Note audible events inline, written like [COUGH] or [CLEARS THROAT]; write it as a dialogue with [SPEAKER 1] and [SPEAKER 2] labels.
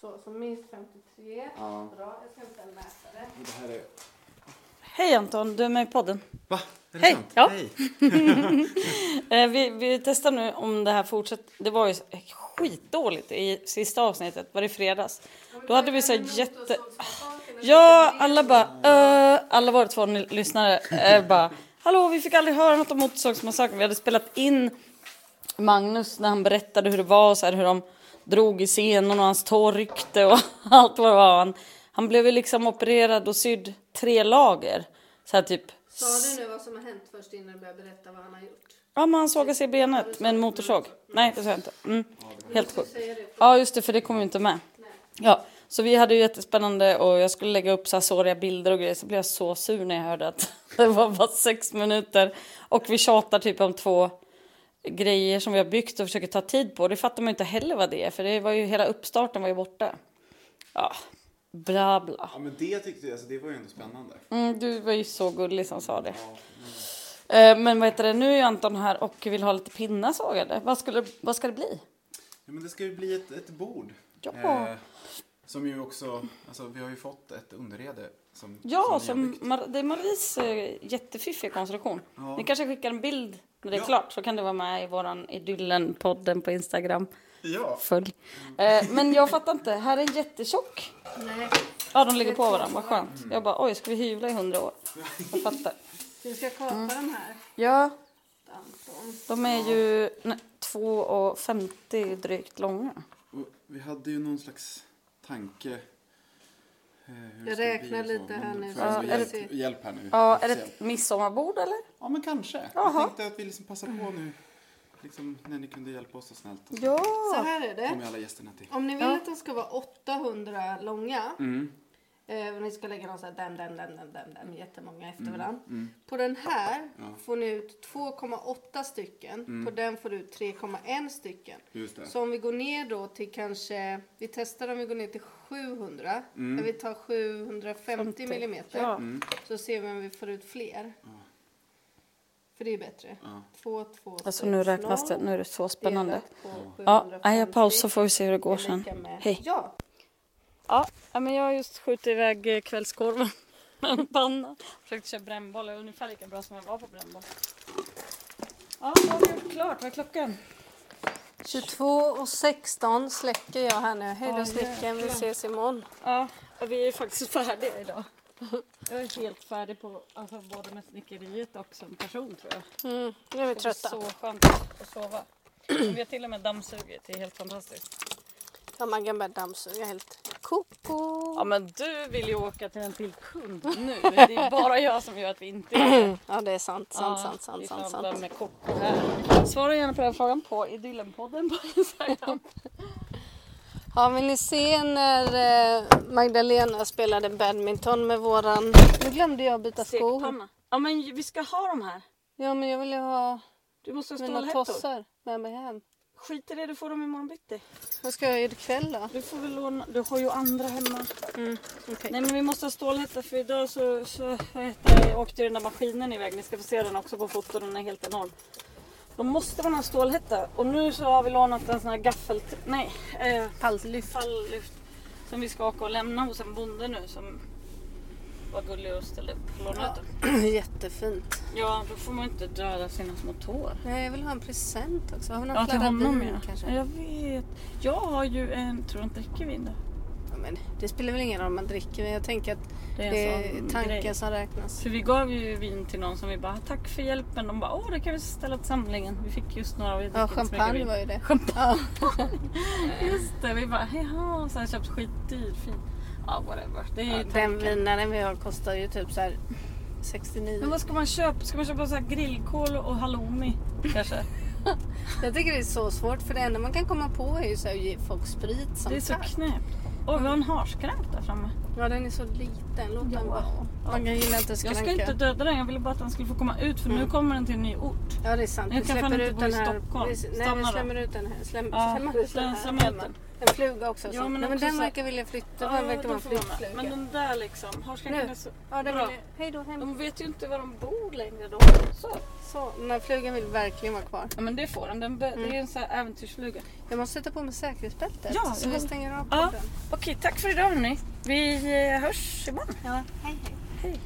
[SPEAKER 1] Så, så minst 53.
[SPEAKER 2] Ja.
[SPEAKER 1] Bra, jag ska hämta en mätare.
[SPEAKER 2] Det här är...
[SPEAKER 3] Hej Anton, du är med i podden.
[SPEAKER 2] Va? Är det
[SPEAKER 3] Hej,
[SPEAKER 2] sant?
[SPEAKER 3] ja.
[SPEAKER 2] Hej!
[SPEAKER 3] Eh, vi, vi testar nu om det här fortsätter. Det var ju skitdåligt i sista avsnittet, var det fredags? Då hade vi så här jätte... Ja, alla bara... Uh, alla våra två ny- lyssnare eh, bara... Hallå, vi fick aldrig höra något om Motorsågsmassakern. Vi hade spelat in Magnus när han berättade hur det var och så här, hur de drog i scenen och hans tår ryckte och [LAUGHS] allt vad det var. Han, han blev ju liksom opererad och sydd tre lager. Så här typ...
[SPEAKER 1] Sa du nu vad som har hänt först innan du börjar berätta vad han har gjort?
[SPEAKER 3] Ja, men han sågar sig i benet med en motorsåg. Nej, det sa jag inte. Mm. Helt
[SPEAKER 1] Du
[SPEAKER 3] sjukt.
[SPEAKER 1] säger det.
[SPEAKER 3] Ja, just det, för det kom ju inte med. Ja, så vi hade ju jättespännande och jag skulle lägga upp så här såriga bilder och grejer. Så blev jag så sur när jag hörde att [LAUGHS] det var bara sex minuter. Och vi tjatar typ om två grejer som vi har byggt och försöker ta tid på. Det fattar man ju inte heller vad det är, för det var ju hela uppstarten var ju borta. Ja, bla bla.
[SPEAKER 2] Ja, men det tyckte jag, alltså, det var ju ändå spännande.
[SPEAKER 3] Mm, du var ju så gullig som sa det.
[SPEAKER 2] Ja.
[SPEAKER 3] Eh, Men vad heter det, nu är ju Anton här och vill ha lite pinnar sågade. Vad, skulle, vad ska det bli?
[SPEAKER 2] Ja, men det ska ju bli ett, ett bord. Eh,
[SPEAKER 3] Ja.
[SPEAKER 2] som ju också, alltså vi har ju fått ett underrede. Som,
[SPEAKER 3] Ja,
[SPEAKER 2] ni har
[SPEAKER 3] som
[SPEAKER 2] byggt.
[SPEAKER 3] Mar- det är Maries eh, jättefiffiga konstruktion.
[SPEAKER 2] Ja.
[SPEAKER 3] Ni kanske skickar en bild när det är
[SPEAKER 2] Ja.
[SPEAKER 3] klart så kan det vara med i våran Idyllen-podden på Instagram.
[SPEAKER 2] Ja.
[SPEAKER 3] Följ. Eh, men jag fattar inte, här är en jättetjock.
[SPEAKER 1] Nej,
[SPEAKER 3] Ja, de ligger på varandra, vad skönt.
[SPEAKER 2] Mm.
[SPEAKER 3] Jag bara, oj, ska vi hyvla i hundra år? Jag
[SPEAKER 2] [LAUGHS]
[SPEAKER 3] fattar.
[SPEAKER 1] du ska kapa de här,
[SPEAKER 3] Ja,
[SPEAKER 1] Anton.
[SPEAKER 3] de är ju nej, 2,50 drygt långa.
[SPEAKER 2] Och vi hade ju någon slags tanke. eh, hur det
[SPEAKER 1] Jag
[SPEAKER 2] skulle
[SPEAKER 1] räknar
[SPEAKER 2] bli och så,
[SPEAKER 1] lite
[SPEAKER 2] men
[SPEAKER 1] här nu,
[SPEAKER 2] får
[SPEAKER 1] så
[SPEAKER 2] jag
[SPEAKER 1] vi
[SPEAKER 2] alltså
[SPEAKER 1] får
[SPEAKER 2] hjälp,
[SPEAKER 1] se.
[SPEAKER 2] hjälp här nu.
[SPEAKER 3] Ja,
[SPEAKER 2] Vi får
[SPEAKER 3] är det
[SPEAKER 2] se.
[SPEAKER 3] ett midsommarbord eller?
[SPEAKER 2] ja men kanske.
[SPEAKER 3] Jaha.
[SPEAKER 2] Jag tänkte att vi liksom passar på nu. Liksom, när ni kunde hjälpa oss så snällt.
[SPEAKER 3] Ja.
[SPEAKER 1] Så här är
[SPEAKER 2] Kom
[SPEAKER 1] det.
[SPEAKER 2] med alla gästerna till.
[SPEAKER 1] Om ni vill
[SPEAKER 3] Ja.
[SPEAKER 1] att de ska vara 800 långa
[SPEAKER 2] Mm.
[SPEAKER 1] Eh, och ni ska lägga någon sån här dem, dem, dem, dem, dem, dem, jättemånga efter varandra. På den här får ni ut 2,8 stycken. På den får du ut 3,1 stycken.
[SPEAKER 2] Just det.
[SPEAKER 1] Så om vi går ner då till kanske, vi testar om vi går ner till 700. Mm. Vi tar 750 millimeter.
[SPEAKER 3] Ja.
[SPEAKER 1] Så ser vi om vi får ut fler. För det är bättre. 2, 2,
[SPEAKER 3] Alltså nu räknas det, nu är det så spännande. Ja,
[SPEAKER 1] Ja,
[SPEAKER 3] nej, jag pausar får vi se hur det går sen. Hej.
[SPEAKER 1] Ja,
[SPEAKER 3] Ja, ja, men jag har just skjutit iväg eh, kvällskorven [LAUGHS] med en panna. Försökte köra brännboll, jag är ungefär lika bra som jag var på brännboll. Ja, då har vi gjort klart. Vad är klockan?
[SPEAKER 1] 22 och 16 släcker jag här nu. Hej
[SPEAKER 3] Ja,
[SPEAKER 1] då snickaren, vi
[SPEAKER 3] jäklar.
[SPEAKER 1] ses imorgon.
[SPEAKER 3] Ja, vi är ju faktiskt färdiga idag. [LAUGHS] Jag är helt färdig på alltså, både med snickeriet och som person tror jag.
[SPEAKER 1] Mm, nu är vi
[SPEAKER 3] Det är
[SPEAKER 1] trötta.
[SPEAKER 3] så skönt att sova. Vi har till och med dammsugit, det är helt fantastiskt.
[SPEAKER 1] Ja, man kan börja dammsuga helt koko.
[SPEAKER 3] Ja men du vill ju åka till en till kund nu. Det är bara jag som gör att vi inte är
[SPEAKER 1] Ja, det är sant, Mm. sant,
[SPEAKER 3] Ja,
[SPEAKER 1] sant, sant,
[SPEAKER 3] vi
[SPEAKER 1] sant,
[SPEAKER 3] pratar
[SPEAKER 1] sant.
[SPEAKER 3] med Koko här. Svara gärna på den frågan på Idyllenpodden på Instagram.
[SPEAKER 1] Ja, vill ni se när eh, Magdalena spelade badminton med våran... Nu glömde jag byta skor.
[SPEAKER 3] Stekpanna. Ja men vi ska ha de här.
[SPEAKER 1] Ja, men jag vill ju ha
[SPEAKER 3] Du måste ha
[SPEAKER 1] mina
[SPEAKER 3] stålhättor.
[SPEAKER 1] tossar med mig hem.
[SPEAKER 3] Skit i det, du får dem imorgon bitti.
[SPEAKER 1] Vad ska jag göra ikväll
[SPEAKER 3] [CLEARS THROAT]
[SPEAKER 1] då?
[SPEAKER 3] Du får väl låna, du har ju andra hemma.
[SPEAKER 1] Mm, okej.
[SPEAKER 3] Nej men vi måste ha stålhätta för idag så, så vad heter det, åkte ju den där maskinen iväg. Ni ska få se den också på foto, den är helt enorm. Då måste man ha stålhätta och nu så har vi lånat en sån här gaffel... Nej. Eh,
[SPEAKER 1] Palllyft.
[SPEAKER 3] falllyft som vi ska åka och lämna hos en bonde nu som var gullig och ställde upp lånet. Ja.
[SPEAKER 1] Jättefint.
[SPEAKER 3] ja, då får man inte döda sina små tår.
[SPEAKER 1] Nej, jag vill ha en present också. Har vi någon
[SPEAKER 3] Ja, till
[SPEAKER 1] flaska
[SPEAKER 3] honom
[SPEAKER 1] vin,
[SPEAKER 3] ja.
[SPEAKER 1] kanske?
[SPEAKER 3] ja. Jag vet. Jag har ju en... Tror du han dricker vin då?
[SPEAKER 1] Ja, men det spelar väl ingen roll om man dricker, men jag tänker att
[SPEAKER 3] Det är en
[SPEAKER 1] det är
[SPEAKER 3] sån
[SPEAKER 1] tanken
[SPEAKER 3] grej.
[SPEAKER 1] som räknas.
[SPEAKER 3] Så vi gav ju vin till någon som vi bara tack för hjälpen. De bara åh det kan vi ställa till samlingen. Vi fick just några och vi
[SPEAKER 1] Ja,
[SPEAKER 3] dricker inte så mycket
[SPEAKER 1] champagne
[SPEAKER 3] vin.
[SPEAKER 1] var ju det.
[SPEAKER 3] Champagne. just det. Vi bara jaha. Och sen köpt skitdyr fin. Ja whatever. Det är ju
[SPEAKER 1] Ja, den
[SPEAKER 3] tanken.
[SPEAKER 1] vinaren vi har kostar ju typ så här 69.
[SPEAKER 3] Men vad ska man köpa? Ska man köpa så här grillkål och halloumi kanske?
[SPEAKER 1] Jag tycker det är så svårt för det enda man kan komma på är ju så här, att ge folk sprit som
[SPEAKER 3] Det är så
[SPEAKER 1] tack.
[SPEAKER 3] knäppt. Åh, vi har en harskrämp där framme.
[SPEAKER 1] Ja den är så liten. Låt den vara. Man kan gilla inte
[SPEAKER 3] Jag
[SPEAKER 1] skranka.
[SPEAKER 3] ska inte döda den, jag ville bara att den skulle få komma ut för
[SPEAKER 1] Mm.
[SPEAKER 3] nu kommer den till en ny ort.
[SPEAKER 1] Ja det är sant.
[SPEAKER 3] Jag
[SPEAKER 1] Vi
[SPEAKER 3] kan fan
[SPEAKER 1] släpper
[SPEAKER 3] inte
[SPEAKER 1] ut
[SPEAKER 3] bo
[SPEAKER 1] den
[SPEAKER 3] i
[SPEAKER 1] här.
[SPEAKER 3] Stockholm.
[SPEAKER 1] Vi, nej
[SPEAKER 3] Stanna
[SPEAKER 1] vi
[SPEAKER 3] då.
[SPEAKER 1] slämmer ut den här. Släm,
[SPEAKER 3] Ja,
[SPEAKER 1] slämmer ut den
[SPEAKER 3] den
[SPEAKER 1] här.
[SPEAKER 3] som heter.
[SPEAKER 1] hemma. En fluga också.
[SPEAKER 3] Ja,
[SPEAKER 1] så.
[SPEAKER 3] men
[SPEAKER 1] Nej, men
[SPEAKER 3] också
[SPEAKER 1] den
[SPEAKER 3] så-
[SPEAKER 1] verkar vilja flytta. Ja, den verkar vara en flyttfluga.
[SPEAKER 3] Men de där liksom, harskarna
[SPEAKER 1] Nu.
[SPEAKER 3] är så...
[SPEAKER 1] Ja, den
[SPEAKER 3] Bra.
[SPEAKER 1] vill... Hej då, hem.
[SPEAKER 3] De vet ju inte var de bor längre då. Så.
[SPEAKER 1] Så, den här flugan vill verkligen vara kvar.
[SPEAKER 3] Ja men det får den, den be- det är en sån här äventyrsfluga.
[SPEAKER 1] Jag måste sätta på mig säkerhetsbältet.
[SPEAKER 3] Ja,
[SPEAKER 1] så vi
[SPEAKER 3] jag-
[SPEAKER 1] stänger av
[SPEAKER 3] Ja.
[SPEAKER 1] porten.
[SPEAKER 3] Okej, tack för idag hörni. Vi eh, hörs imorgon.
[SPEAKER 1] Ja, hej hej.
[SPEAKER 3] Hej.